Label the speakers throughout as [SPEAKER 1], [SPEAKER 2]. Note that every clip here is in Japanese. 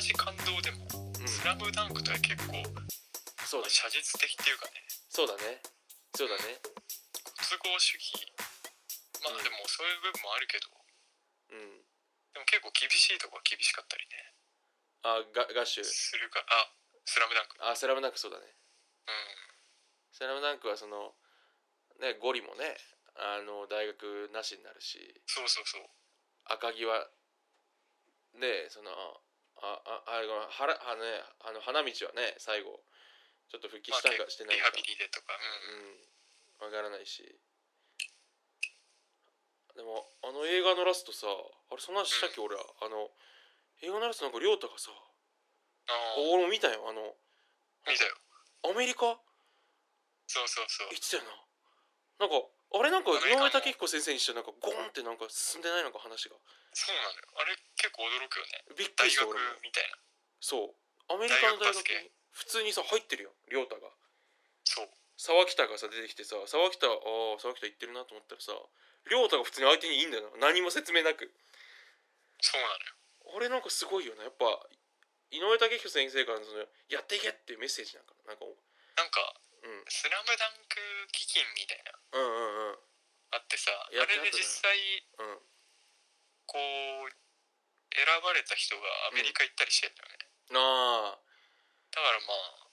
[SPEAKER 1] し感動でも「スラムダンクとは結構、
[SPEAKER 2] そうだ
[SPEAKER 1] 写実的っていうかね
[SPEAKER 2] そうだねそうだね
[SPEAKER 1] 都合主義まあ
[SPEAKER 2] うん
[SPEAKER 1] でもそういう部分もあるけど
[SPEAKER 2] うん
[SPEAKER 1] でも結構厳しいとこは厳しかったりね
[SPEAKER 2] あガガッシュ
[SPEAKER 1] するからあスラムダンク
[SPEAKER 2] あスラムダンクそうだね
[SPEAKER 1] う
[SPEAKER 2] スラムダンクはそのねゴリもねあの大学なしになるし
[SPEAKER 1] んそうそうそう
[SPEAKER 2] 赤城はねそのあああれがはらあのねあの花道はね最後ちょっと復帰したんかしてない
[SPEAKER 1] リ
[SPEAKER 2] ん
[SPEAKER 1] ハ
[SPEAKER 2] か
[SPEAKER 1] ビリでとかうん
[SPEAKER 2] うんわからないしでもあの映画のラストさあれそんな話したっけ、俺らあの映画のラストなんか亮太がさ
[SPEAKER 1] あー
[SPEAKER 2] 俺も見たよあの
[SPEAKER 1] 見たよ
[SPEAKER 2] アメリカ
[SPEAKER 1] そうそうそう
[SPEAKER 2] 言ってたよななんかあれなんか
[SPEAKER 1] アメリ
[SPEAKER 2] 井
[SPEAKER 1] カ
[SPEAKER 2] 上
[SPEAKER 1] の
[SPEAKER 2] 武彦先生にしてなんかゴーンってなんか進んでないなんか話が
[SPEAKER 1] そうなのよあれ結構驚くよね
[SPEAKER 2] びっく
[SPEAKER 1] 大
[SPEAKER 2] りした
[SPEAKER 1] 学
[SPEAKER 2] 俺も
[SPEAKER 1] みたいな
[SPEAKER 2] そうアメリカの大
[SPEAKER 1] 大学バ
[SPEAKER 2] 学
[SPEAKER 1] スケ
[SPEAKER 2] に普通にさ入ってるよ亮太が
[SPEAKER 1] そう
[SPEAKER 2] 沢北がさ出てきてさ沢北ああ沢北行ってるなと思ったらさ亮太が普通に相手にいいんだよな何も説明なく
[SPEAKER 1] そうなのよ
[SPEAKER 2] あれなんかすごいよなやっぱ井上武彦先生からのそのやっていけっていうメッセージなんかななんか
[SPEAKER 1] なんか
[SPEAKER 2] うん
[SPEAKER 1] 「スラムダンク基金みたいな
[SPEAKER 2] うんうんうん
[SPEAKER 1] あってさ
[SPEAKER 2] や
[SPEAKER 1] あれ
[SPEAKER 2] ってあったね
[SPEAKER 1] で実際
[SPEAKER 2] うん
[SPEAKER 1] こう選ばれた人がアメリカ行ったりしてんだよね、
[SPEAKER 2] なあ
[SPEAKER 1] だからまあ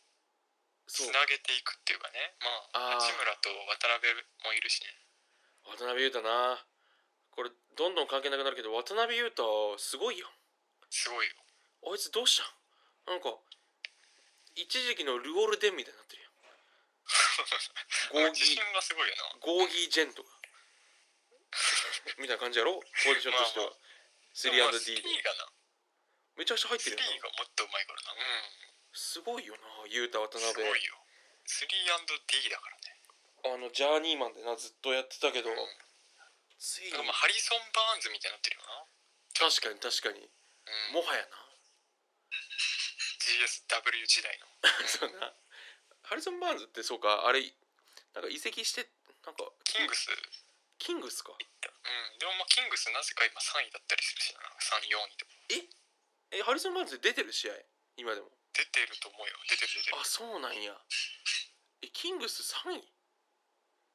[SPEAKER 2] そう
[SPEAKER 1] つなげていくっていうかねま
[SPEAKER 2] あー
[SPEAKER 1] あ八村と渡辺もいるしね
[SPEAKER 2] 渡辺裕太なこれどんどん関係なくなるけど渡辺裕太すごいよ
[SPEAKER 1] すごいよ
[SPEAKER 2] あいつどうしたんなんか一時期のルオルデンみたいになってるよゴーギ
[SPEAKER 1] 自信がすごいよな
[SPEAKER 2] ーゴーギージェンとかみたいな感じやろポジションとしては
[SPEAKER 1] まあまあまあ
[SPEAKER 2] 3&D
[SPEAKER 1] スリ
[SPEAKER 2] で
[SPEAKER 1] ーがな
[SPEAKER 2] めちゃくちゃ入っ
[SPEAKER 1] ス
[SPEAKER 2] てる
[SPEAKER 1] リ
[SPEAKER 2] よ
[SPEAKER 1] ーが
[SPEAKER 2] な
[SPEAKER 1] もっとうまいからなうん
[SPEAKER 2] すごいよな雄太渡
[SPEAKER 1] すご
[SPEAKER 2] 辺
[SPEAKER 1] いよ 3&D だからね
[SPEAKER 2] あのジャーニーマンでなずっとやってたけど、
[SPEAKER 1] うん
[SPEAKER 2] ついに
[SPEAKER 1] だからまあハリソン・バーンズみたいになってるよな
[SPEAKER 2] 確かに確かに
[SPEAKER 1] うん
[SPEAKER 2] もはやな
[SPEAKER 1] GSW 時代の
[SPEAKER 2] そうなハリソン・バーンズってそうかあれなんか移籍してなんか
[SPEAKER 1] キングス
[SPEAKER 2] キングス
[SPEAKER 1] う
[SPEAKER 2] か
[SPEAKER 1] んでもまあキングスなぜか今3位だったりするしな3 4位とか
[SPEAKER 2] えハリソン・バーンズって出てる試合今でも
[SPEAKER 1] 出てると思うよ出てる出てる
[SPEAKER 2] あそうなんやえキングス3位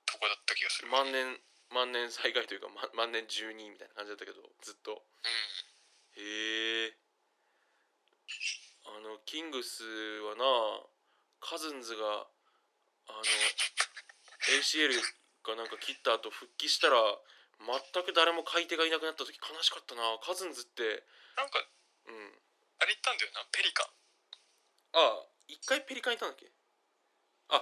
[SPEAKER 1] とこだった気がする
[SPEAKER 2] 万年万年最下位というか、ま、万年12位みたいな感じだったけどずっと
[SPEAKER 1] うん
[SPEAKER 2] へえあのキングスはなカズンズがあの ACL がなんか切った後復帰したら全く誰も買い手がいなくなった時悲しかったなカズンズって
[SPEAKER 1] なんか
[SPEAKER 2] うん
[SPEAKER 1] あれ行ったんだよなペリカン
[SPEAKER 2] ああ一回ペリカンいたんだっけ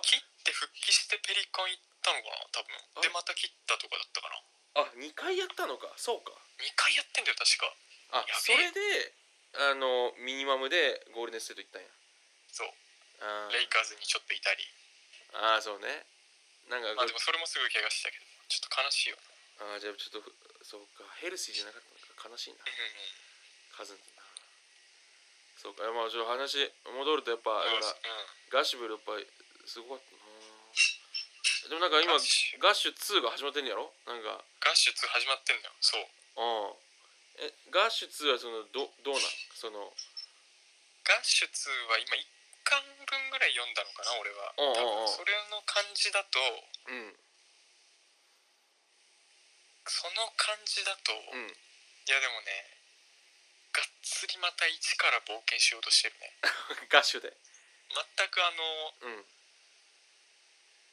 [SPEAKER 1] 切って復帰してペリカン行ったのかな多分で
[SPEAKER 2] あ
[SPEAKER 1] また切ったとかだったかな
[SPEAKER 2] あ二2回やったのかそうか
[SPEAKER 1] 2回やってんだよ確か
[SPEAKER 2] あ
[SPEAKER 1] やべえ
[SPEAKER 2] それであのミニマムでゴールデンステート行ったんや
[SPEAKER 1] そう
[SPEAKER 2] あー
[SPEAKER 1] レイカーズにちょっといたり
[SPEAKER 2] あーそうねなんか
[SPEAKER 1] まあ
[SPEAKER 2] こ
[SPEAKER 1] でもそれもすぐ怪我したけどちょっと悲しいよな
[SPEAKER 2] あーじゃあちょっとそうかヘルシーじゃなかったのか悲しいな
[SPEAKER 1] うんうん
[SPEAKER 2] カズンなそうかまあちょっと話戻るとやっぱ
[SPEAKER 1] う
[SPEAKER 2] だ
[SPEAKER 1] ん
[SPEAKER 2] から
[SPEAKER 1] う
[SPEAKER 2] ガッシュブルやっぱりすごかったなでもなんか今
[SPEAKER 1] ガッシュ
[SPEAKER 2] ガッシュ2が始まってんのやろなんか
[SPEAKER 1] んガッシュ2始まってんだよそう
[SPEAKER 2] うんえガッシュ2はそのどどうなんその
[SPEAKER 1] ガッシュ2は今1巻分ぐらい読んだのかな俺は
[SPEAKER 2] うんうんうん
[SPEAKER 1] 多分それの感じだと
[SPEAKER 2] うん
[SPEAKER 1] その感じだと
[SPEAKER 2] う
[SPEAKER 1] い
[SPEAKER 2] ん
[SPEAKER 1] やでもねがっつりまた一から冒険しようとしてるね
[SPEAKER 2] ガッシュで
[SPEAKER 1] 全くあの
[SPEAKER 2] うん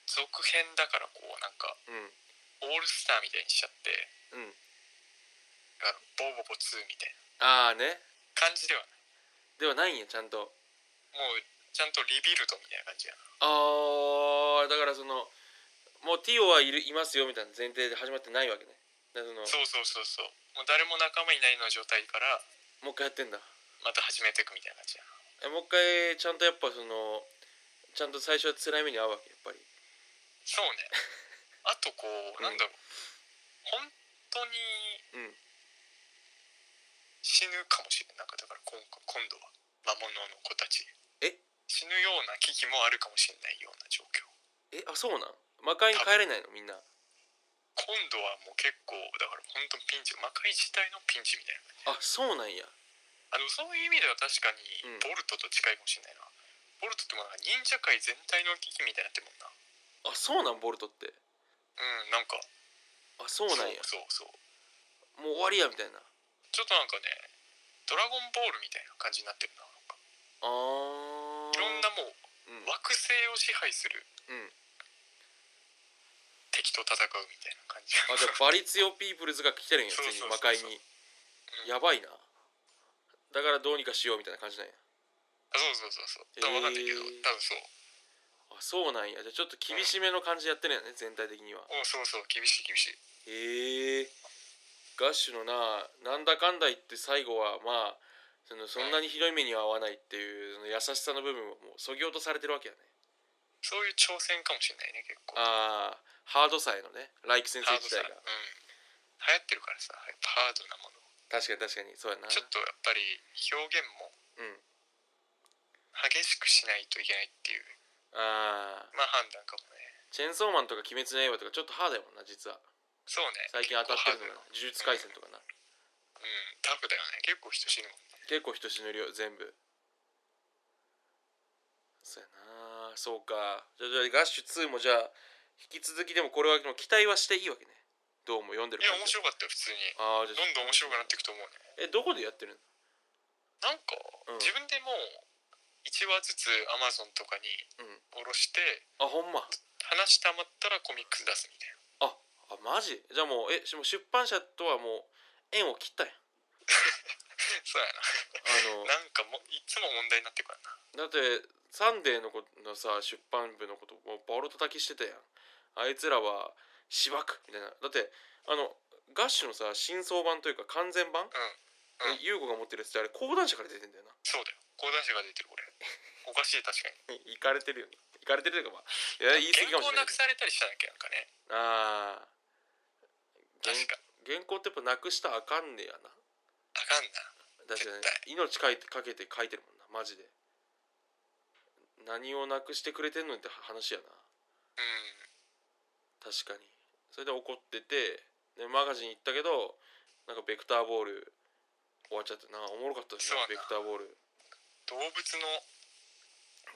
[SPEAKER 1] 続編だからこうなんかオ
[SPEAKER 2] うん
[SPEAKER 1] ールスターみたいにしちゃって
[SPEAKER 2] うん
[SPEAKER 1] あのボーボボ2みたい
[SPEAKER 2] ああね
[SPEAKER 1] な感じではない
[SPEAKER 2] ではないんやちゃんと
[SPEAKER 1] もうちゃんとリビルドみたいな感じやな
[SPEAKER 2] ああだからそのもうティオはいるいますよみたいな前提で始まってないわけねだからその
[SPEAKER 1] そうそうそうそうもう誰も仲間いないような状態から
[SPEAKER 2] もう一回やってんだ
[SPEAKER 1] また始めていくみたいな感じやな
[SPEAKER 2] えもう一回ちゃんとやっぱそのちゃんと最初は辛い目に遭うわけやっぱり
[SPEAKER 1] そう ねあとこう
[SPEAKER 2] うん
[SPEAKER 1] なんだろう本当に
[SPEAKER 2] うん
[SPEAKER 1] 死ぬかもしれないなんかだから今今度は魔物の子たち
[SPEAKER 2] え
[SPEAKER 1] 死ぬような危機もあるかもしれないような状況
[SPEAKER 2] えあそうなん魔界に帰れないのみんな
[SPEAKER 1] 今度はもう結構だから本当ピンチ魔界自体のピンチみたいな
[SPEAKER 2] あそうなんや
[SPEAKER 1] あでもそういう意味では確かに
[SPEAKER 2] うん
[SPEAKER 1] ボルトと近いかもしれないな、ボルトってもなんか忍者界全体の危機みたいになってるもんな
[SPEAKER 2] あそうなんボルトって
[SPEAKER 1] うんなんか
[SPEAKER 2] あそうなんや
[SPEAKER 1] そうそうそう
[SPEAKER 2] もう終わりやみたいな
[SPEAKER 1] ちょっとなんかねドラゴンボールみたいな感じになってるななんか
[SPEAKER 2] あー
[SPEAKER 1] いろんなもう
[SPEAKER 2] うん
[SPEAKER 1] 惑星を支配する
[SPEAKER 2] うん
[SPEAKER 1] 敵と戦うみたいな感じ
[SPEAKER 2] あじゃあバリツヨピープルズが来てるんやつ
[SPEAKER 1] そうそう
[SPEAKER 2] いに
[SPEAKER 1] そうそう
[SPEAKER 2] 魔界に
[SPEAKER 1] うん
[SPEAKER 2] やばいなだからどうにかしようみたいな感じなんや
[SPEAKER 1] あそうそうそうそう多分わかんないけど、
[SPEAKER 2] へー
[SPEAKER 1] 多分そう
[SPEAKER 2] あそうなんやじゃあちょっと厳しめの感じでやってるんやね全体的には
[SPEAKER 1] おうそうそう厳しい厳しい
[SPEAKER 2] へえガッシュのななんだかんだ言って最後はまあそのそんなにひどい目には合わないっていうその優しさの部分をもうそぎ落とされてるわけやね
[SPEAKER 1] そういう挑戦かもしれないね結構
[SPEAKER 2] ああハードさへのねライキ先生
[SPEAKER 1] ハード
[SPEAKER 2] 自
[SPEAKER 1] さうん
[SPEAKER 2] 体
[SPEAKER 1] 流
[SPEAKER 2] が
[SPEAKER 1] 行ってるからさやっぱハードなもの
[SPEAKER 2] 確かに確かにそうやな
[SPEAKER 1] ちょっとやっぱり表現も
[SPEAKER 2] うん
[SPEAKER 1] 激しくしないといけないっていう
[SPEAKER 2] ああ
[SPEAKER 1] まあ判断かもね
[SPEAKER 2] チェーンソーマンとか鬼滅の刃とかちょっとハードやもんな実は
[SPEAKER 1] そうね
[SPEAKER 2] 最近当たってるのが
[SPEAKER 1] 結構ハードな
[SPEAKER 2] 呪術廻戦とかな
[SPEAKER 1] うんタフだよね結構人死ぬもんね
[SPEAKER 2] 結構人死ぬ量全部そうやなそうかじゃあじゃあガッシュ2もじゃあ引き続きでもこれはでも期待はしていいわけねどうも読んでる
[SPEAKER 1] いや
[SPEAKER 2] 感
[SPEAKER 1] 面
[SPEAKER 2] じ
[SPEAKER 1] 白かったよ普通に
[SPEAKER 2] ああじ
[SPEAKER 1] ど
[SPEAKER 2] ゃあ
[SPEAKER 1] んどん面白くなっていくと思うね
[SPEAKER 2] えどこでやってるの
[SPEAKER 1] なんか、
[SPEAKER 2] うん
[SPEAKER 1] 自分でもう1話ずつアマゾンとかに
[SPEAKER 2] うん
[SPEAKER 1] 下ろして
[SPEAKER 2] あほんま
[SPEAKER 1] 話したまったらコミックス出すみたいな
[SPEAKER 2] ああマジじゃあもうえしもう出版社とはもう縁を切ったやん
[SPEAKER 1] そうや
[SPEAKER 2] あの
[SPEAKER 1] ななんかもういつも問題になってくからな
[SPEAKER 2] だってサンデーの子のさ出版部のこともうボロ叩きしてたやんあいつらはしばくみたいなだってあのガッシュのさ新装版というか完全
[SPEAKER 1] う
[SPEAKER 2] 版
[SPEAKER 1] んうん
[SPEAKER 2] 優子、が持ってるやつってあれ講談社から出てんだよな
[SPEAKER 1] そうだよ講談社が出てるこれおかしい確かに
[SPEAKER 2] いかれてるよねいかれてるというかまあいや言い過ぎ
[SPEAKER 1] 原
[SPEAKER 2] かも
[SPEAKER 1] 稿
[SPEAKER 2] しれな
[SPEAKER 1] ないくされたりしたんだっけなんかね
[SPEAKER 2] ああ
[SPEAKER 1] 確か
[SPEAKER 2] 原稿ってやっぱなくしたらあかんねやな
[SPEAKER 1] あかんな
[SPEAKER 2] だってね
[SPEAKER 1] 絶対
[SPEAKER 2] 命かいてかけて書いてるもんなマジで何をなくしてくれてんのにって話やな
[SPEAKER 1] うん
[SPEAKER 2] 確かにそれで怒っててでマガジン行ったけどなんかベクターボール終わっちゃってなおもろかったし
[SPEAKER 1] そ
[SPEAKER 2] な
[SPEAKER 1] うやな
[SPEAKER 2] ベクターボール
[SPEAKER 1] 動物の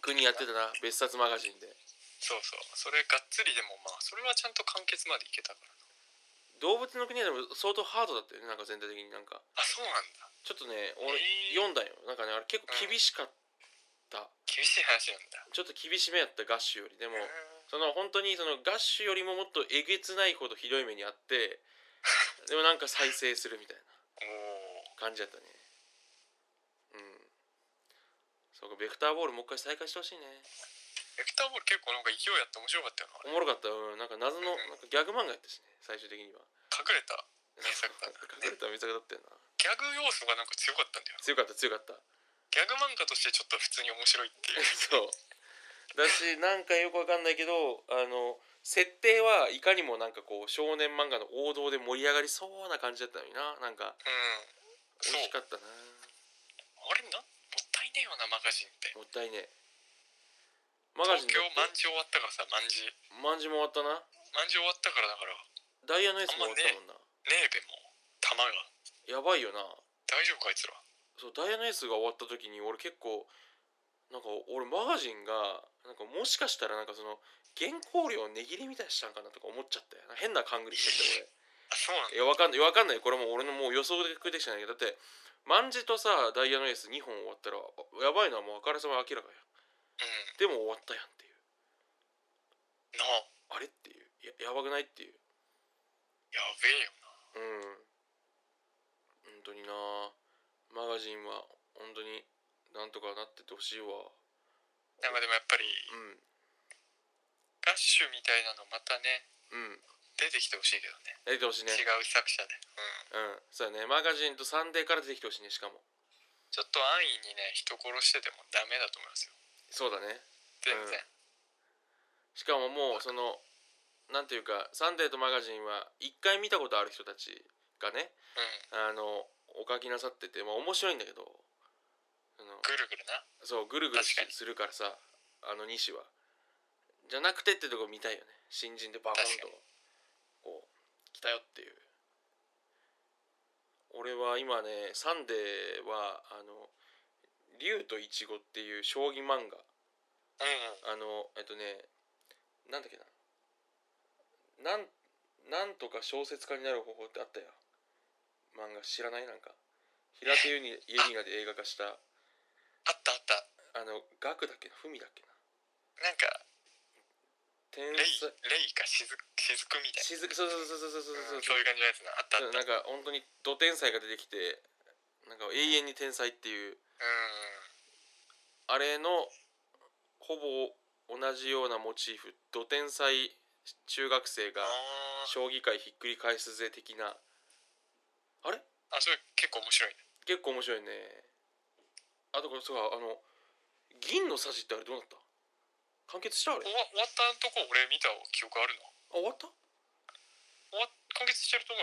[SPEAKER 2] 国やってたな別冊マガジンで
[SPEAKER 1] そうそうそれがっつりでもまあそれはちゃんと完結までいけたからな
[SPEAKER 2] 動物の国はでも相当ハードだったよねなんか全体的になんか
[SPEAKER 1] あそうなんだ
[SPEAKER 2] ちょっとね俺
[SPEAKER 1] へー
[SPEAKER 2] 読んだよなんかねあれ結構厳しかった、
[SPEAKER 1] 厳しい話なんだ
[SPEAKER 2] ちょっと厳しめやったガッシュよりでも
[SPEAKER 1] うん
[SPEAKER 2] その本当にそのガッシュよりももっとえげつないほどひどい目にあってでもなんか再生するみたいな
[SPEAKER 1] おー
[SPEAKER 2] 感じだったねうんそうかベクターボールもう一回再開してほしいね
[SPEAKER 1] エクターボール結構なんか勢いあって面白かったよなあれ
[SPEAKER 2] おもろかったうんなんか謎のなんかギャグ漫画やったしね最終的には
[SPEAKER 1] 隠れた名作だった
[SPEAKER 2] 隠れた名作だったよな
[SPEAKER 1] ギャグ要素がなんか強かったんだよ
[SPEAKER 2] 強かった強かった
[SPEAKER 1] ギャグ漫画としてちょっと普通に面白いっていう
[SPEAKER 2] そうだしなんかよくわかんないけどあの設定はいかにもなんかこう少年漫画の王道で盛り上がりそうな感じだったのにななんか
[SPEAKER 1] うん
[SPEAKER 2] 美
[SPEAKER 1] そう
[SPEAKER 2] 味しかったな
[SPEAKER 1] あれなんもったいねえよなマガジンって
[SPEAKER 2] もったいねえマガジン
[SPEAKER 1] 東京
[SPEAKER 2] だ
[SPEAKER 1] ま
[SPEAKER 2] っ
[SPEAKER 1] んじ終わったからさまんじ
[SPEAKER 2] てまんじも終わったな
[SPEAKER 1] まんじ終わったからだから
[SPEAKER 2] ダイヤのエースも終わったもんな、
[SPEAKER 1] ネーベも玉が
[SPEAKER 2] やばいよな
[SPEAKER 1] 大丈夫かあいつら
[SPEAKER 2] そうダイヤのエースが終わった時に俺結構なんか俺マガジンがなんかもしかしたらなんかその原稿料値切りみたいにしたんかなとか思っちゃったよ変な勘繰りしちゃって
[SPEAKER 1] あそうなんだ
[SPEAKER 2] 俺いやわかんないいやわかんないこれもう俺のもう予想で食ってきてないけどだってマンジとさダイヤのエース2本終わったらあやばいのはもうあからさま明らかや
[SPEAKER 1] うん
[SPEAKER 2] でも終わったやんっていう
[SPEAKER 1] なあ
[SPEAKER 2] あれっていうややばくないっていう
[SPEAKER 1] やべえよな
[SPEAKER 2] うん本当になマガジンは本当になんとかなってってほしいわ
[SPEAKER 1] なんかでもやっぱり
[SPEAKER 2] うん
[SPEAKER 1] ガッシュみたいなのまたね
[SPEAKER 2] うん
[SPEAKER 1] 出てきてほしいけどね
[SPEAKER 2] やってほしいね
[SPEAKER 1] 違う作者でうん
[SPEAKER 2] うんそうだねマガジンとサンデーから出てきてほしいねしかも
[SPEAKER 1] ちょっと安易にね人殺しててもダメだと思いますよ
[SPEAKER 2] そうだね
[SPEAKER 1] 全然、
[SPEAKER 2] うんしかももうそのなんていうかサンデーとマガジンは一回見たことある人たちがね
[SPEAKER 1] うん、
[SPEAKER 2] あのお書きなさっててまあ面白いんだけどあの
[SPEAKER 1] ぐるぐるな
[SPEAKER 2] そうぐるぐるし
[SPEAKER 1] 確かに
[SPEAKER 2] するからさあの西はじゃなくてってとこ見たいよね新人でバコンと
[SPEAKER 1] 確か
[SPEAKER 2] こう来たよっていう俺は今ねサンデーはあの「竜とイチゴ」っていう将棋漫画
[SPEAKER 1] うん
[SPEAKER 2] あのえっとねなんだっけななんなんとか小説家になる方法ってあったよ漫画知らないなんか平手 ユニユニガで映画化した
[SPEAKER 1] あったあった
[SPEAKER 2] あのガクだっけなフミだっけな
[SPEAKER 1] なんか
[SPEAKER 2] 天
[SPEAKER 1] レイ
[SPEAKER 2] 才
[SPEAKER 1] レイかしずしずくみたい
[SPEAKER 2] しずそうそうそうそうそうそう
[SPEAKER 1] な、
[SPEAKER 2] そう
[SPEAKER 1] うんそういう感じのやつなあったあった
[SPEAKER 2] なんか本当にド天才が出てきてなんか永遠に天才っていう
[SPEAKER 1] うん
[SPEAKER 2] あれのほぼ同じようなモチーフド天才中学生が
[SPEAKER 1] あー
[SPEAKER 2] 将棋界ひっくり返すぜ的なあれ
[SPEAKER 1] あそれ結構面白いね
[SPEAKER 2] 結構面白いねあとこれそうかあの銀のさじってあれどうなった完結したあれ
[SPEAKER 1] 終わ終わったとこ俺見た記憶あるの
[SPEAKER 2] あ終わった
[SPEAKER 1] 終わっ完結してると思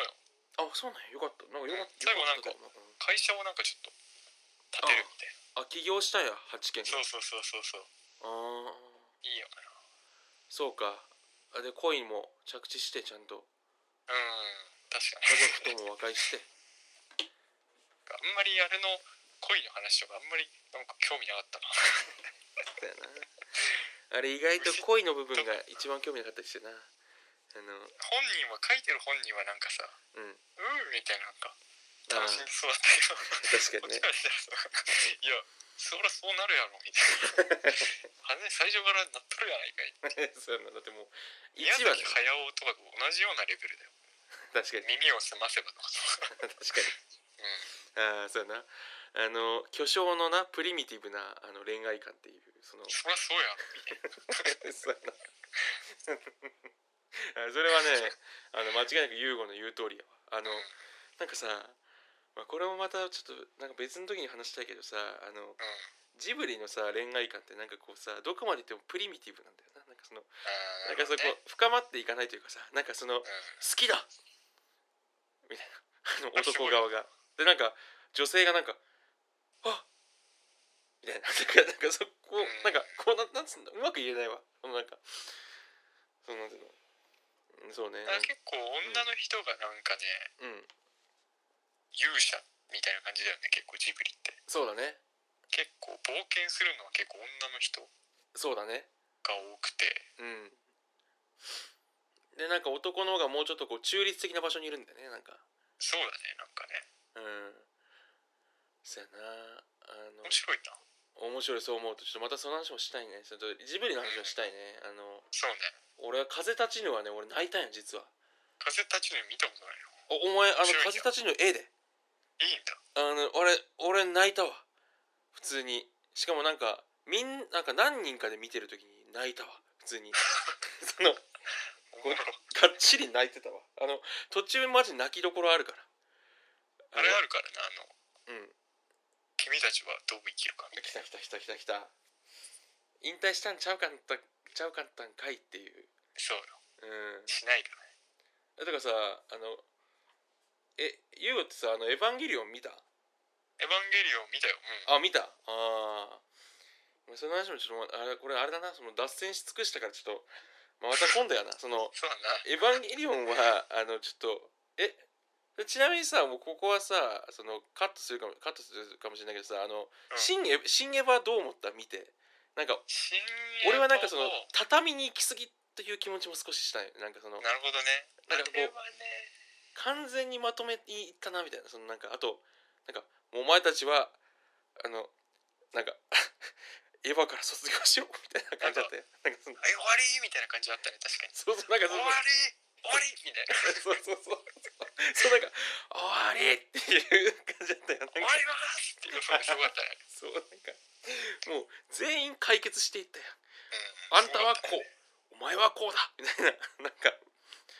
[SPEAKER 1] うよ
[SPEAKER 2] あそうなんやよかったなんかよかった
[SPEAKER 1] 最後なんか
[SPEAKER 2] よったよ
[SPEAKER 1] 会社をなんかちょっと立てるみたいな
[SPEAKER 2] あ起業したんや8件
[SPEAKER 1] そうそうそうそうそう
[SPEAKER 2] ああ
[SPEAKER 1] いいよね
[SPEAKER 2] そうかあで恋も着地してちゃん
[SPEAKER 1] う
[SPEAKER 2] と
[SPEAKER 1] ん確かに
[SPEAKER 2] 家族とも和解して
[SPEAKER 1] あんまりあれの恋の話とかあんまりなんか興味なかったな
[SPEAKER 2] だよなあれ意外と恋の部分が一番興味なかったりしてなあ
[SPEAKER 1] 本
[SPEAKER 2] の
[SPEAKER 1] 人は書いてる本人はなんかさう
[SPEAKER 2] うん
[SPEAKER 1] ーみたいななんか
[SPEAKER 2] あ
[SPEAKER 1] 楽
[SPEAKER 2] あ
[SPEAKER 1] しんでそうだったけどこっ
[SPEAKER 2] 確かにね
[SPEAKER 1] ちからしたらさ「いやそらそうなるやろ」みたいなあれ最初からなっとるやないかい
[SPEAKER 2] そうなんだってもう一
[SPEAKER 1] 宮崎
[SPEAKER 2] 話
[SPEAKER 1] 駿とかと同じようなレベルだよ
[SPEAKER 2] 確かに
[SPEAKER 1] 耳を澄ませばのこと
[SPEAKER 2] 確かにああそうやなあの巨匠のなプリミティブなあの恋愛観っていうその
[SPEAKER 1] そらそうやろみたいな
[SPEAKER 2] そうやな あそれはねあの間違いなくユーゴの言う通りやわあのなんかさ、まあ、これもまたちょっとなんか別の時に話したいけどさあの
[SPEAKER 1] うん
[SPEAKER 2] ジブリのさ恋愛観ってなんかこうさどこまでいってもプリミティブなんだよななんかその
[SPEAKER 1] あー
[SPEAKER 2] なんかそこ
[SPEAKER 1] なるほどね
[SPEAKER 2] 深まっていかないというかさなんかその好
[SPEAKER 1] う
[SPEAKER 2] きだみたいなあの男側がでなんか女性がなんかあみたいななんかなんかそこ
[SPEAKER 1] うん
[SPEAKER 2] なんかこうななんつうんだうまく言えないわそのなんかそのなんていうのうんそうね
[SPEAKER 1] んあ結構女の人がなんかね
[SPEAKER 2] うん
[SPEAKER 1] 勇者みたいな感じだよね結構ジブリって
[SPEAKER 2] そうだね
[SPEAKER 1] 結構冒険するのは結構女の人
[SPEAKER 2] そうだね
[SPEAKER 1] が多くて
[SPEAKER 2] うんでなんか男の方がもうちょっとこう中立的な場所にいるんだよねなんか
[SPEAKER 1] そうだねなんかね
[SPEAKER 2] うんそやなあの
[SPEAKER 1] 面白いな
[SPEAKER 2] 面白いそう思うとちょっとまたその話もしたいねちょっとジブリの話もしたいねあの
[SPEAKER 1] そうね
[SPEAKER 2] 俺は「風立ちぬ」はね俺泣いたんや実は
[SPEAKER 1] 風立ちぬ見たことないよ
[SPEAKER 2] おお前あの
[SPEAKER 1] 面白いんや
[SPEAKER 2] 「風立ちぬ」絵で
[SPEAKER 1] いいんだ
[SPEAKER 2] あの俺俺泣いたわ普通にしかもなんかみんなんか何人かで見てる時に泣いたわ普通 にその
[SPEAKER 1] おもろ
[SPEAKER 2] がっちり泣いてたわあの途中マジ泣きどころあるから
[SPEAKER 1] あれあるからなあの
[SPEAKER 2] うん
[SPEAKER 1] 君たちはどう生きるかみ
[SPEAKER 2] 来
[SPEAKER 1] た
[SPEAKER 2] た
[SPEAKER 1] いな
[SPEAKER 2] 来た来た来た来た引退したんちゃうかんたちゃうかったんかいっていう
[SPEAKER 1] そうよ
[SPEAKER 2] うん
[SPEAKER 1] しないだね
[SPEAKER 2] だからさあのえユウゴってさあの「エヴァンゲリオン」見た
[SPEAKER 1] エヴァンゲリオン見たようん
[SPEAKER 2] あ見たああその話もちょっとあれこれあれだなその脱線し尽くしたからちょっと、まあ、また今度やなその
[SPEAKER 1] そうだな
[SPEAKER 2] 「エヴァンゲリオンは」あのちょっとえちなみにさもうここはさそのカットするかもカットするかもしれないけどさあの、
[SPEAKER 1] うん
[SPEAKER 2] 新エヴ新エヴァどう思った見てなんか
[SPEAKER 1] 新エヴァを
[SPEAKER 2] 俺はなんかその畳に行き過ぎという気持ちも少ししたいなんかその
[SPEAKER 1] なるほどね
[SPEAKER 2] な
[SPEAKER 1] あれ
[SPEAKER 2] んかこう
[SPEAKER 1] はね
[SPEAKER 2] 完全にまとめにいったなみたいなそのなんかあとなんかもうお前たちはあのなんか エヴァから卒業しようみたいな感じだったよなんかその
[SPEAKER 1] あ終わりみたいな感じあったね確かに
[SPEAKER 2] そうそうなんか
[SPEAKER 1] 終
[SPEAKER 2] そ
[SPEAKER 1] わり終わりみたいな
[SPEAKER 2] うそうそうそうそうそうなんか終わりっていう感じだった
[SPEAKER 1] 終
[SPEAKER 2] よなん
[SPEAKER 1] わ
[SPEAKER 2] か
[SPEAKER 1] りますっていうのがすごかったね
[SPEAKER 2] そうなんかもう全員解決していったよ
[SPEAKER 1] う
[SPEAKER 2] あんたはこ
[SPEAKER 1] すごかったね
[SPEAKER 2] う、お前はこうだみたいな、なんか、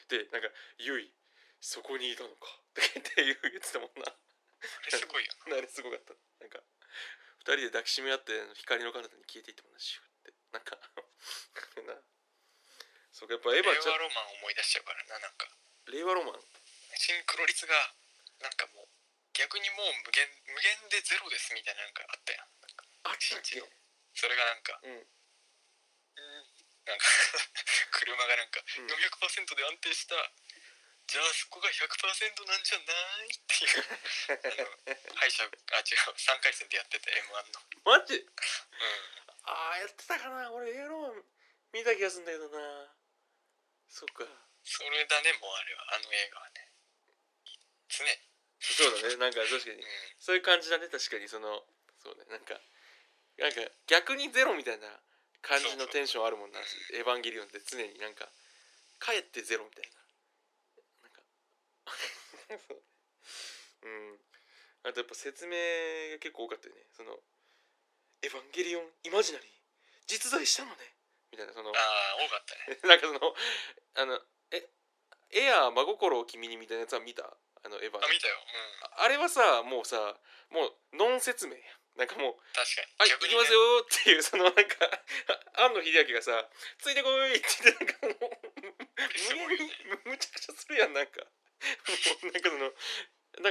[SPEAKER 2] で、なんか、ゆい、そこにいたのかって言って言ってたもんな。
[SPEAKER 1] あれすごいよな
[SPEAKER 2] あれすごかった。なんか、二人で抱きしめ合って、光の彼方に消えていってもんな、シュって。なんか、な。 そうか、やっぱエヴ
[SPEAKER 1] 令
[SPEAKER 2] ァちゃ
[SPEAKER 1] 和ロマン思い出しちゃうからななんか
[SPEAKER 2] 令和ロマン。
[SPEAKER 1] シンクロ率がなんかもう逆にもう無限無限でゼロですみたいななんかあったやんなんか
[SPEAKER 2] あっ
[SPEAKER 1] 新地のそれがなんか
[SPEAKER 2] うん。うん。
[SPEAKER 1] うんなんか 車がなんか
[SPEAKER 2] うん
[SPEAKER 1] 400%で安定したじゃあそこが100%なんじゃないっていうあ の敗者あ違う3回戦でやってて m 1の
[SPEAKER 2] マジ
[SPEAKER 1] う
[SPEAKER 2] ああやってたかな俺エロ見た気がするんだけどなそっか
[SPEAKER 1] んそれだねもうあれはあの映画はね常に
[SPEAKER 2] そうだねなんか確かに
[SPEAKER 1] うん
[SPEAKER 2] そういう感じだね確かにそのそうねなんかなんか逆にゼロみたいな感じのテンションあるもんな
[SPEAKER 1] そう
[SPEAKER 2] 「エヴァンゲリオン」って常になんかかえってゼロみたいななんか そううんあとやっぱ説明が結構多かったよねその「エヴァンゲリオンイマジナリー実在したのね」みたいなその
[SPEAKER 1] ああ多かったね
[SPEAKER 2] なんかそのあのえエアー真心を君にみたいなやつは見たあのエヴァン
[SPEAKER 1] あ見たようん
[SPEAKER 2] ああれはさもうさもうノン説明やんなんかもう
[SPEAKER 1] 確
[SPEAKER 2] 「
[SPEAKER 1] か
[SPEAKER 2] はい、
[SPEAKER 1] に
[SPEAKER 2] 行
[SPEAKER 1] 逆
[SPEAKER 2] き
[SPEAKER 1] に、
[SPEAKER 2] ます
[SPEAKER 1] ね、
[SPEAKER 2] よ」っていうそのなんか あ庵野秀明がさ「ついてこい」って言ってなんかも
[SPEAKER 1] すご
[SPEAKER 2] う無
[SPEAKER 1] い
[SPEAKER 2] 理
[SPEAKER 1] よ
[SPEAKER 2] に
[SPEAKER 1] ね
[SPEAKER 2] むちゃくちゃするやんなんかもうなんかその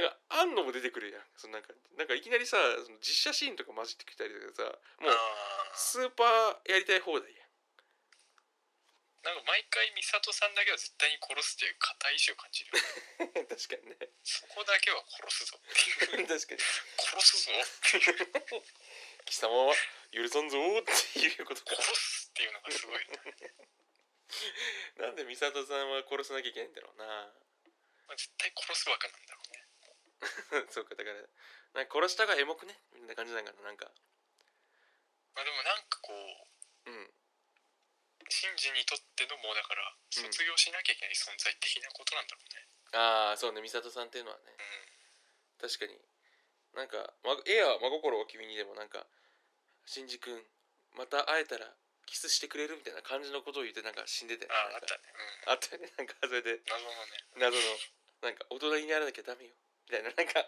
[SPEAKER 2] なんか庵野も出てくるやんそのなんかなんかいきなりさその実写シーンとか混じってきたりとかさもう
[SPEAKER 1] あー
[SPEAKER 2] スーパーやりたい放題やん
[SPEAKER 1] なんか毎回美里さんだけは絶対に殺すっていう固い意志を感じるよね
[SPEAKER 2] 確かにね
[SPEAKER 1] そこだけは殺すぞ
[SPEAKER 2] 確 かに
[SPEAKER 1] 殺すぞっていう
[SPEAKER 2] 貴様は許さんぞーっていうことか
[SPEAKER 1] 殺すっていうのがすごいよね、
[SPEAKER 2] なんで美里さんは殺さなきゃいけないんだろうな
[SPEAKER 1] まあ、絶対殺すわけなんだろうね
[SPEAKER 2] そうかだからなんか殺したがエモくねみたいな感じなんかななんか
[SPEAKER 1] まあでもなんかこう
[SPEAKER 2] うん
[SPEAKER 1] シンジにとってのもうだから
[SPEAKER 2] うん
[SPEAKER 1] 卒業しなきゃいけない存在的なことなんだろうね
[SPEAKER 2] ああそうね美里さんっていうのはね確かになんか、ま、エア真心を君にでもなんか「真珠君また会えたらキスしてくれる」みたいな感じのことを言ってなんか死んでたよね
[SPEAKER 1] うん、あああ
[SPEAKER 2] なん
[SPEAKER 1] っ
[SPEAKER 2] か
[SPEAKER 1] たね
[SPEAKER 2] あったよねなんかそれで
[SPEAKER 1] うん謎のね
[SPEAKER 2] 謎のなんか大人にならなきゃダメよみたいななんか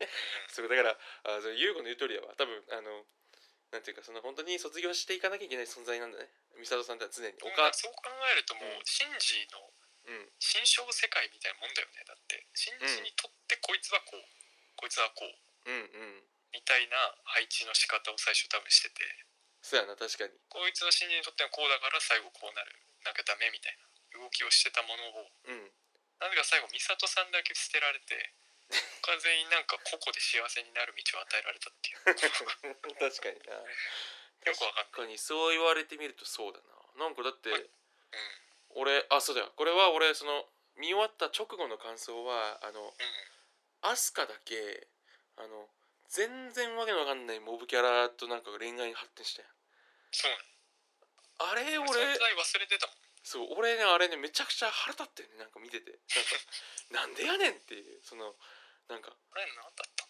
[SPEAKER 1] うん
[SPEAKER 2] そうだからあそれ優子の言う通りやわ多分あのなんていうかその本当に卒業していかなきゃいけない存在なんだね美里さんってのは常にお
[SPEAKER 1] お
[SPEAKER 2] か
[SPEAKER 1] かそう考えるとも
[SPEAKER 2] うん
[SPEAKER 1] うシンジの
[SPEAKER 2] うん
[SPEAKER 1] 新生世界みたいなもんだよねだってシンジにとってこいつはこうこいつはこう
[SPEAKER 2] うんうん
[SPEAKER 1] みたいな配置の仕方を最初多分してて
[SPEAKER 2] そうやな確かに
[SPEAKER 1] こいつはシンジにとってはこうだから最後こうなるなきゃダメみたいな動きをしてたものを
[SPEAKER 2] うん
[SPEAKER 1] なぜか最後美里さんだけ捨てられて他全員なんか個々で幸せになる道を与えられたっていう
[SPEAKER 2] 確かにな
[SPEAKER 1] よくわかんない、
[SPEAKER 2] 確かにそう言われてみるとそうだななんかだって
[SPEAKER 1] はいうん
[SPEAKER 2] 俺あそうだよこれは俺その見終わった直後の感想はあの
[SPEAKER 1] う
[SPEAKER 2] アスカだけあの全然わけのわかんないモブキャラとなんか恋愛に発展したやん
[SPEAKER 1] ん、
[SPEAKER 2] あれ俺
[SPEAKER 1] そうなの存在忘れてたもん
[SPEAKER 2] そう俺ねあれねめちゃくちゃ腹立ってねなんか見ててなんかなんでやねんっていうそのなんか
[SPEAKER 1] あれ何だったん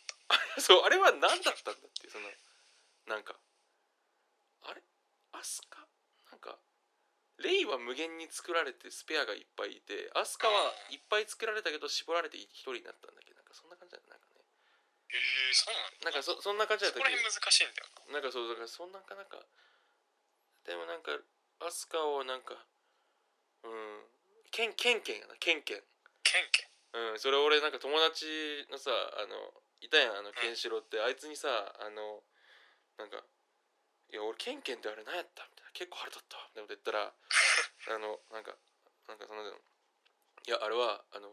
[SPEAKER 1] だ
[SPEAKER 2] そうあれは何だったんだっていうそのなんかあれアスカなんかレイは無限に作られてスペアがいっぱいいてアスカはいっぱい作られたけど絞られて一人になったんだっけなんかそんな感じだったなんかね
[SPEAKER 1] えー、そうな
[SPEAKER 2] なん
[SPEAKER 1] の
[SPEAKER 2] かそそんな感じだ
[SPEAKER 1] そ
[SPEAKER 2] っ
[SPEAKER 1] こ
[SPEAKER 2] たっ
[SPEAKER 1] ら
[SPEAKER 2] け
[SPEAKER 1] 辺難しいんだよな
[SPEAKER 2] なんかそうだからそんなんかなんかでもなんかアスカをなんかうんケンケンケンやなケンケン
[SPEAKER 1] ケンケン
[SPEAKER 2] うん、それ俺なんか友達のさあのいたやんあのケンシロウってあいつにさあのなんか「いや俺ケンケンってあれ何やった?」みたいな「結構腹立ったわ」みたいなこと言ったらあのなんかなんかそのいやあれはあの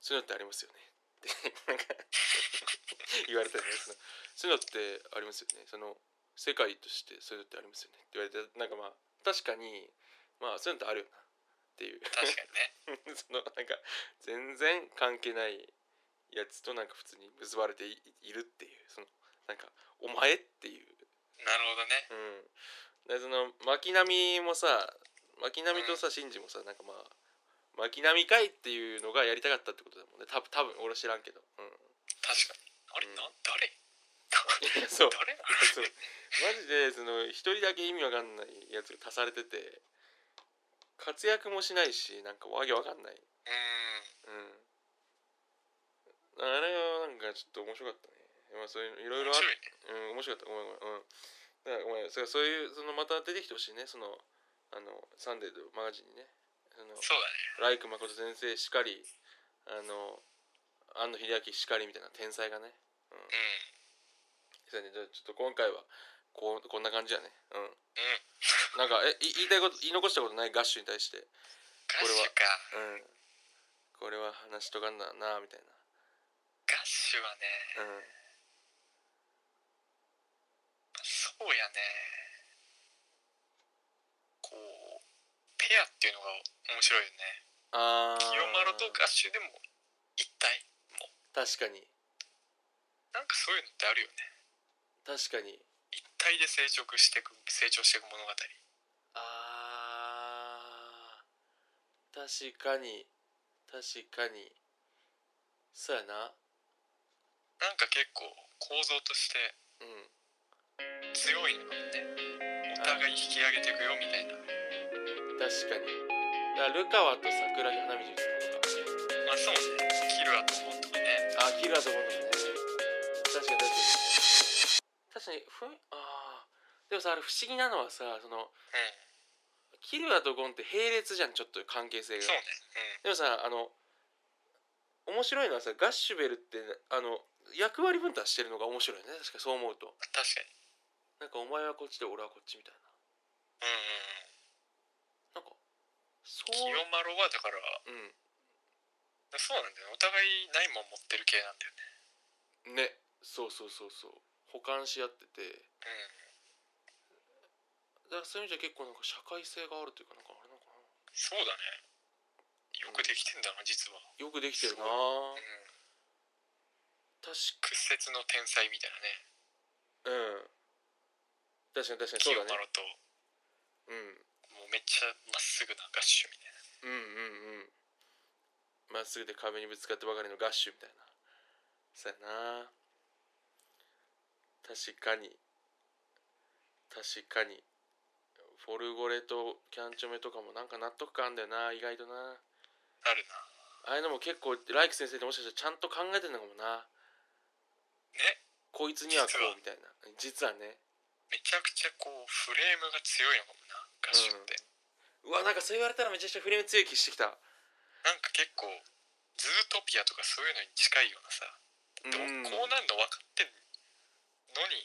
[SPEAKER 2] そういうのってありますよね」ってなんか言われたよねそのそういうのってありますよねその世界としてそういうのってありますよねって言われてなんかまあ確かにまあそういうのってあるよなっていう
[SPEAKER 1] 確かにね
[SPEAKER 2] そのなんか全然関係ないやつとなんか普通に結ばれていいるっていうそのなんか「お前」っていう、
[SPEAKER 1] なるほどね
[SPEAKER 2] うん、でその巻波もさ巻波とさ真治もさなんかまあ巻波会っていうのがやりたかったってことだもんね多分多分俺知らんけど、う
[SPEAKER 1] 確かにあれ、
[SPEAKER 2] うん
[SPEAKER 1] な誰
[SPEAKER 2] ん、 そう
[SPEAKER 1] 誰なの
[SPEAKER 2] そうマジでその一人だけ意味わかんないやつが足されてて活躍もしないしなんかわけわかんないう
[SPEAKER 1] ーん
[SPEAKER 2] うん。あれはなんかちょっと面白かったね。まあそういうのいろい
[SPEAKER 1] 面
[SPEAKER 2] ろあ
[SPEAKER 1] 白
[SPEAKER 2] っ
[SPEAKER 1] いね
[SPEAKER 2] うん面白かった。ごめんごめん。うん。だからごめん。それそういうそのまた出てきてほしいね。そのあのサンデーのマガジンにね。あの
[SPEAKER 1] そうだね
[SPEAKER 2] ライク誠先生しかりあの庵野秀明しかりみたいな天才がね。うん。
[SPEAKER 1] うん
[SPEAKER 2] そうねじゃあちょっと今回はこうこんな感じやね。うん。
[SPEAKER 1] うん
[SPEAKER 2] なんかえい言いたいこと言い残したことないガッシュに対して。
[SPEAKER 1] ガ
[SPEAKER 2] これ
[SPEAKER 1] ッ
[SPEAKER 2] は
[SPEAKER 1] シュか
[SPEAKER 2] うん。これは話しとかんななみたい
[SPEAKER 1] ガッシュはね
[SPEAKER 2] なうん
[SPEAKER 1] そうやねこうペアっていうのが面白いよね
[SPEAKER 2] あー
[SPEAKER 1] 清丸とガッシュでも一体
[SPEAKER 2] 確かに
[SPEAKER 1] なんかそういうのってあるよね
[SPEAKER 2] 確かに
[SPEAKER 1] 一体で成長していく成長していく物語
[SPEAKER 2] あー確かに確かにそうやな
[SPEAKER 1] なんか結構構造として
[SPEAKER 2] うん
[SPEAKER 1] 強いのかもねお互い引き上げていくよみたいな
[SPEAKER 2] 確かにだからルカワと桜木花道とかもね
[SPEAKER 1] まあそうねキルアと思うとかね
[SPEAKER 2] あキルアと思うんだもんね確かに確かに確かにふんあーでもさあれ不思議なのはさそ
[SPEAKER 1] う
[SPEAKER 2] の
[SPEAKER 1] ん
[SPEAKER 2] キルアとゴンって並列じゃんちょっと関係性が
[SPEAKER 1] そうね
[SPEAKER 2] でもさあの面白いのはさガッシュベルってあの役割分担してるのが面白いよね確かにそう思うと
[SPEAKER 1] うん確かに
[SPEAKER 2] なんかお前はこっちで俺はこっちみたい
[SPEAKER 1] うん
[SPEAKER 2] ななんかそ
[SPEAKER 1] うんうん清
[SPEAKER 2] う
[SPEAKER 1] 丸はだからそうなんだよねお互いないもん持ってる系なんだよね
[SPEAKER 2] うんねそうそうそうそう補完し合ってて
[SPEAKER 1] うん
[SPEAKER 2] だからそういう意味じゃ結構なんか社会性があるというかなんかあれなのかな
[SPEAKER 1] そうだねよくできてんだな実は
[SPEAKER 2] よくできてるな
[SPEAKER 1] すうん
[SPEAKER 2] 確
[SPEAKER 1] 屈折の天才みたいなね
[SPEAKER 2] かうん確かに確かにそ
[SPEAKER 1] 清
[SPEAKER 2] うだ
[SPEAKER 1] 丸
[SPEAKER 2] ね、
[SPEAKER 1] とも
[SPEAKER 2] うん、
[SPEAKER 1] うめっちゃまっすぐなガッシュみたいな
[SPEAKER 2] うんうんうんまっすぐで壁にぶつかってばかりのガッシュみたいなそうやな確かに確かにフォルゴレとキャンチョメとかもなんか納得感あんだよな意外と
[SPEAKER 1] あ
[SPEAKER 2] な
[SPEAKER 1] るな
[SPEAKER 2] ああいうのも結構ライク先生ってもしかしたらちゃんと考えてんのかもな
[SPEAKER 1] ね
[SPEAKER 2] こいつにはこ
[SPEAKER 1] 実は
[SPEAKER 2] うみたいな実はね
[SPEAKER 1] めちゃくちゃこうフレームが強いのかもなガッシュって、
[SPEAKER 2] うわなんかそう言われたらめちゃくちゃフレーム強い気してきた
[SPEAKER 1] なんか結構ズートピアとかそういうのに近いようなさ
[SPEAKER 2] うん
[SPEAKER 1] でもこうなるの分かってんのに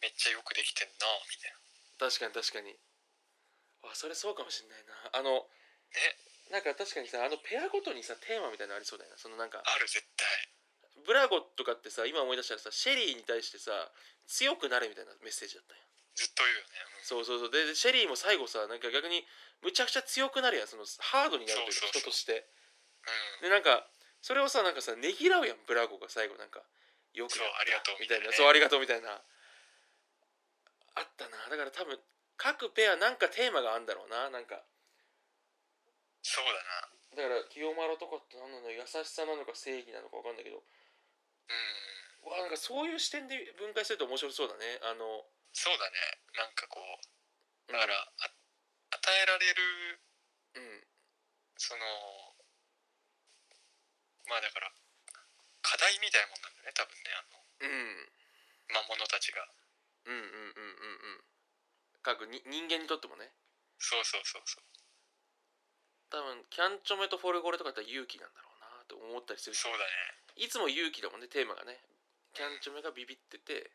[SPEAKER 1] めっちゃよくできてんなみたいな
[SPEAKER 2] 確かに確かにあそれそうかもしんないなあのなんか確かにさあのペアごとにさテーマみたいなのありそうだよなそのなんか
[SPEAKER 1] ある絶対
[SPEAKER 2] ブラゴとかってさ今思い出したらさシェリーに対してさ強くなれみたいなメッセージだったんや
[SPEAKER 1] ずっと言うよね、うん
[SPEAKER 2] そうそうそうででシェリーも最後さなんか逆にむちゃくちゃ強くなるやんそのハードになるというか
[SPEAKER 1] そうそうそう
[SPEAKER 2] 人として
[SPEAKER 1] うん、
[SPEAKER 2] でなんかそれをさなんかさねぎらうやんブラゴが最後なんかよく
[SPEAKER 1] そうありがとう
[SPEAKER 2] み
[SPEAKER 1] みたい
[SPEAKER 2] たいな
[SPEAKER 1] な
[SPEAKER 2] そうありがとうみたいなあったなだから多分各ペアなんかテーマがあんだろうななんか
[SPEAKER 1] そうだな
[SPEAKER 2] だから清丸とかって何なの優しさなのか正義なのか分かんないけど
[SPEAKER 1] うん
[SPEAKER 2] わあなんかそういう視点で分解すると面白そうだねあの
[SPEAKER 1] そうだねなんかこう
[SPEAKER 2] うん
[SPEAKER 1] だから、あ与えられる
[SPEAKER 2] うん
[SPEAKER 1] そのまあだから課題みたいなもんなんだよね多分ねあの
[SPEAKER 2] うん
[SPEAKER 1] 魔物たちが
[SPEAKER 2] うんうんうんうんうん各に人間にとってもね
[SPEAKER 1] そうそうそうそう
[SPEAKER 2] 多分キャンチョメとフォルゴレとかだったら勇気なんだろうなと思ったりするし
[SPEAKER 1] そうだね
[SPEAKER 2] いつも勇気だもんねテーマがねキャンチョメがビビってて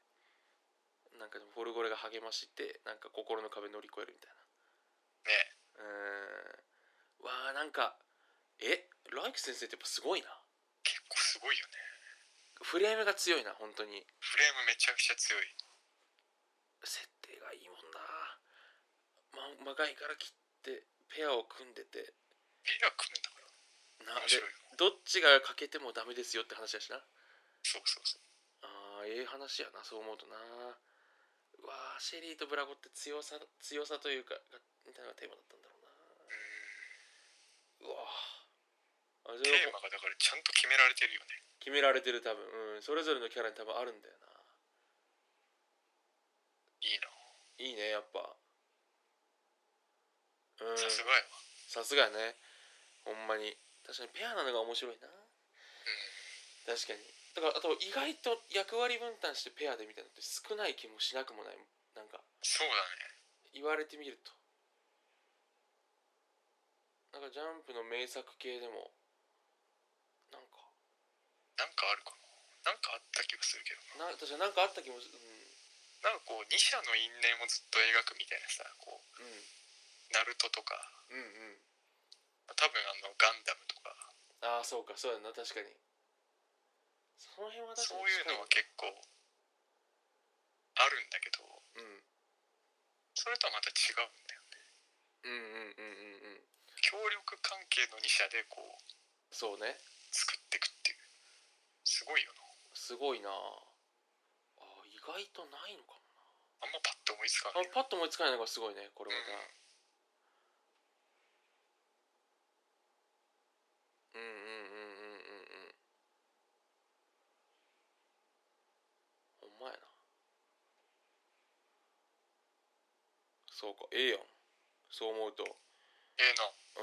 [SPEAKER 2] なんかでもフォルゴレが励ましてなんか心の壁乗り越えるみたいな
[SPEAKER 1] ね
[SPEAKER 2] うーんわあなんかえライク先生ってやっぱすごいな
[SPEAKER 1] 結構すごいよね
[SPEAKER 2] フレームが強いな本当に
[SPEAKER 1] フレームめちゃくちゃ強い
[SPEAKER 2] 設定がいいもんな、ま、魔界から切ってペアを組んでて
[SPEAKER 1] ペア組むんだから
[SPEAKER 2] な
[SPEAKER 1] 面
[SPEAKER 2] で
[SPEAKER 1] 白いよ
[SPEAKER 2] どっちが欠けてもダメですよって話だしな
[SPEAKER 1] そうそうそう
[SPEAKER 2] あーええ話やなそう思うとなうわーシェリーとブラゴって強さ強さというかがみたいなのがテーマだったんだろ
[SPEAKER 1] うん
[SPEAKER 2] うなうわー
[SPEAKER 1] テ
[SPEAKER 2] あそれ
[SPEAKER 1] ー
[SPEAKER 2] を
[SPEAKER 1] マがだからちゃんと決められてるよね
[SPEAKER 2] 決められてる多分、うん、それぞれのキャラに多分あるんだよない
[SPEAKER 1] いない
[SPEAKER 2] いねやっぱうん
[SPEAKER 1] さすがやわ
[SPEAKER 2] さすがやねほんまに確かにペアなのが面白いな確かにだからあと意外と役割分担してペアでみたいなのって少ない気もしなくもないなんか
[SPEAKER 1] そうだね
[SPEAKER 2] 言われてみるとなんかジャンプの名作系でもなんか
[SPEAKER 1] なんかあるかななんかあった気がするけど
[SPEAKER 2] な確かになんかあった気もするう、
[SPEAKER 1] なんかこう二者の因縁をずっと描くみたいなさこうんナルトとか
[SPEAKER 2] うん、うんうん
[SPEAKER 1] 多分あのガンダムとか
[SPEAKER 2] ああそうかそうやな確かにその辺は確
[SPEAKER 1] そ
[SPEAKER 2] か
[SPEAKER 1] う
[SPEAKER 2] に
[SPEAKER 1] いうのは結構あるんだけど
[SPEAKER 2] 近
[SPEAKER 1] それ
[SPEAKER 2] い
[SPEAKER 1] とはまた違うんだよね
[SPEAKER 2] うん、うんうんうんうんうん
[SPEAKER 1] 協力関係の2社でこう
[SPEAKER 2] そうね
[SPEAKER 1] 作っていくっていうすごいよな
[SPEAKER 2] すごいなあー意外とないのか
[SPEAKER 1] あんまパッと思いつか
[SPEAKER 2] も
[SPEAKER 1] な
[SPEAKER 2] ないあパッと思いつかないのがすごいねこれま
[SPEAKER 1] うん
[SPEAKER 2] たうんうんうんうんうんうんほんまやなそうかええやんそう思うと
[SPEAKER 1] ええな
[SPEAKER 2] う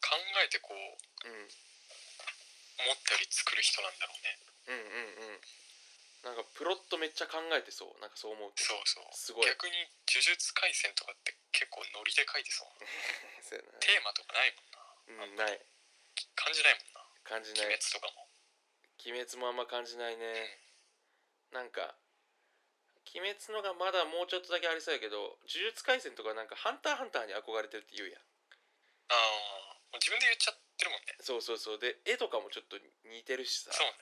[SPEAKER 1] 考えてこうん
[SPEAKER 2] うん
[SPEAKER 1] 思ったより作る人なんだろうね
[SPEAKER 2] うんうんうんなんかプロットめっちゃ考えてそうなんかそう思うと
[SPEAKER 1] そうそう
[SPEAKER 2] すごい
[SPEAKER 1] 逆に「呪術廻戦」とかって結構ノリで書いてそう
[SPEAKER 2] そうや
[SPEAKER 1] テーマとかないもんな
[SPEAKER 2] な、うん、ない
[SPEAKER 1] 感じないもんな
[SPEAKER 2] 感じ
[SPEAKER 1] 鬼
[SPEAKER 2] ない
[SPEAKER 1] 滅とかも
[SPEAKER 2] 鬼滅もあんま感じないね
[SPEAKER 1] うん
[SPEAKER 2] なんか鬼滅のがまだもうちょっとだけありそうやけど呪術廻戦とかなんかハンターハンターに憧れてるって言うやん
[SPEAKER 1] ああもう自分で言っちゃってるもんね
[SPEAKER 2] そうそうそうで絵とかもちょっと似てるしさ
[SPEAKER 1] そうね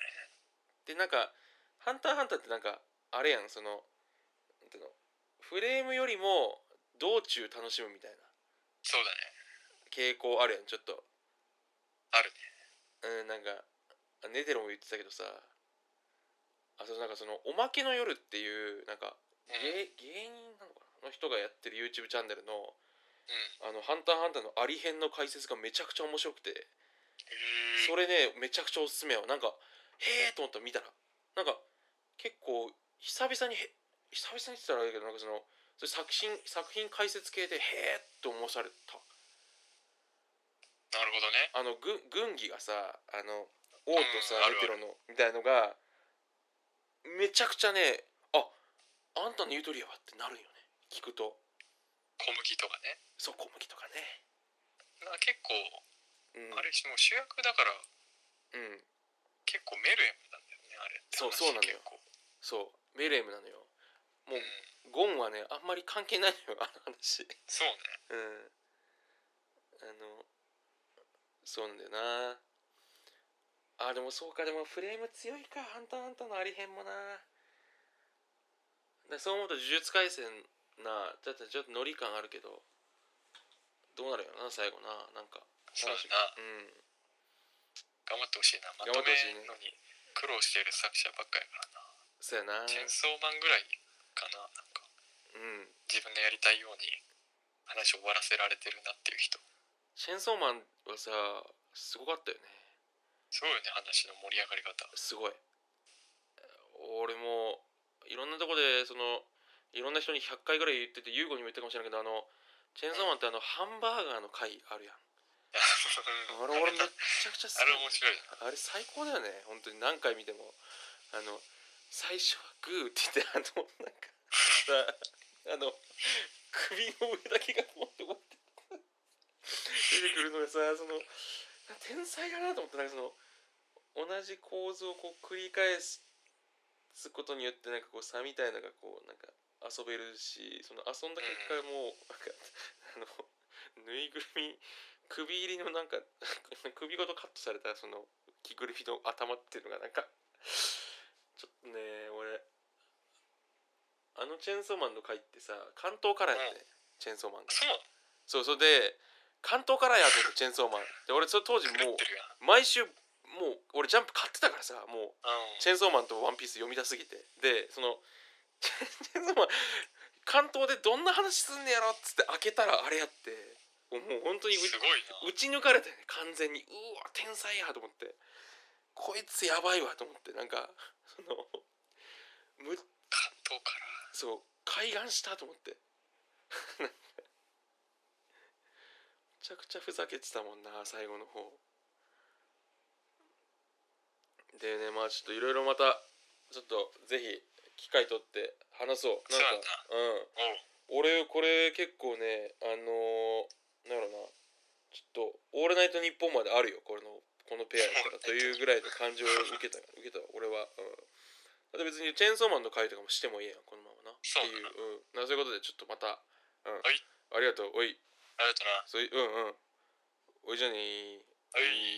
[SPEAKER 2] でなんかハンターハンターってなんかあれやんそのなんていうのフレームよりも道中楽しむみたいな
[SPEAKER 1] そうだね
[SPEAKER 2] 傾向あるやんちょっと
[SPEAKER 1] あるね
[SPEAKER 2] うんなんかあネテロも言ってたけどさあそうなんかその「おまけの夜」っていうなんか
[SPEAKER 1] うん、うん、
[SPEAKER 2] 芸芸人なのかなの人がやってる YouTube チャンネルの「あのハンターハンター」のアリ編の解説がめちゃくちゃ面白くて
[SPEAKER 1] えー
[SPEAKER 2] それねめちゃくちゃおすすめよなんかへえと思ったら見たらなんか結構久々にへ久々にって言ったらあれだけどなんかそのそういう作品作品解説系でへえと思わされた
[SPEAKER 1] なるほどね
[SPEAKER 2] あの軍軍議がさあの王とさ
[SPEAKER 1] うんある
[SPEAKER 2] ネ
[SPEAKER 1] ある
[SPEAKER 2] テロのみたいのがめちゃくちゃねああんたの言うとりやわってなるよね聞くと
[SPEAKER 1] 小麦とかね
[SPEAKER 2] そう小麦とか
[SPEAKER 1] な結構
[SPEAKER 2] ね、うん、
[SPEAKER 1] あれしもう主役だから
[SPEAKER 2] うん
[SPEAKER 1] 結構メルエムなんだよねあれって
[SPEAKER 2] そう
[SPEAKER 1] 話
[SPEAKER 2] そうなのよ
[SPEAKER 1] 結構
[SPEAKER 2] そうメレムなのよも
[SPEAKER 1] う
[SPEAKER 2] うんゴンはねあんまり関係ないのよあの話
[SPEAKER 1] そうね
[SPEAKER 2] うんあのそうなんだよなあでもそうかでもフレーム強いかハンターハンターのありへんもなだそう思うと呪術廻戦なだってちょっとノリ感あるけどどうなるよな最後ななんか
[SPEAKER 1] そうだ
[SPEAKER 2] み
[SPEAKER 1] な頑
[SPEAKER 2] うん
[SPEAKER 1] 張ってほしいなまと
[SPEAKER 2] 頑張ってほしい
[SPEAKER 1] める
[SPEAKER 2] ね
[SPEAKER 1] のに苦労している作者ばっかりからな
[SPEAKER 2] そうやな
[SPEAKER 1] チェンソーマンぐらいかななんか
[SPEAKER 2] うん
[SPEAKER 1] 自分のやりたいように話を終わらせられてるなっていう人
[SPEAKER 2] チェンソーマンはさすごかったよね
[SPEAKER 1] すごいよね話の盛り上がり方
[SPEAKER 2] すごい俺もいろんなとこでそのいろんな人に100回ぐらい言ってて優吾にも言ったかもしれないけどあのチェーンソーマンってあのハンバーガーの回あるやんあれ俺めっ
[SPEAKER 1] あ
[SPEAKER 2] ちゃくちゃ好き
[SPEAKER 1] れ面白いよね
[SPEAKER 2] あれ最高だよね本当に何回見てもあの最初はグーって言ってあのなんかさあの首の上だけがポンって持って出てくるのがさその天才だなと思ってなんかその同じ構造をこう繰り返すことによってなんかこう差みたいのがこうなんか遊べるしその遊んだ結果もうなんかあのぬいぐるみ首入りのなんか 首ごとカットされたその着ぐるみの頭っていうのがなんかちょっとね俺あのチェーンソーマンの回ってさ関東からやって、チェーンソーマンが
[SPEAKER 1] そう
[SPEAKER 2] そうそれで関東からやと思ってチェーンソーマンで俺それ当時
[SPEAKER 1] 狂
[SPEAKER 2] もう
[SPEAKER 1] ってるやん
[SPEAKER 2] 毎週もう俺ジャンプ買ってたからさもう
[SPEAKER 1] うん
[SPEAKER 2] チェーンソーマンとワンピース読みたすぎてでその チェーンソーマン関東でどんな話すんねやろっつって開けたらあれやってもう本当にう
[SPEAKER 1] すごいな
[SPEAKER 2] 打ち抜かれたよね完全にうわ天才やと思ってこいつやばいわと思ってなんかそのむ
[SPEAKER 1] 関東から
[SPEAKER 2] そう開眼したと思って なんかめちゃくちゃふざけてたもんな最後の方でねまあちょっといろいろまたちょっとぜひ機会取って話そうなんかうん
[SPEAKER 1] おう
[SPEAKER 2] 俺これ結構ねあのー、なんやろなちょっと「オールナイトニッポン」まであるよこれのこのペアやったらというぐらいの感情を受けた受けた俺は、うん、だって別にチェーンソーマンの回とかもしてもいいやんこのままなって
[SPEAKER 1] そう
[SPEAKER 2] いう、うん、なそういうことでちょっとまた、うん
[SPEAKER 1] はい
[SPEAKER 2] ありがとうおい
[SPEAKER 1] あるとな
[SPEAKER 2] それうんうんおいじゃあねー
[SPEAKER 1] はい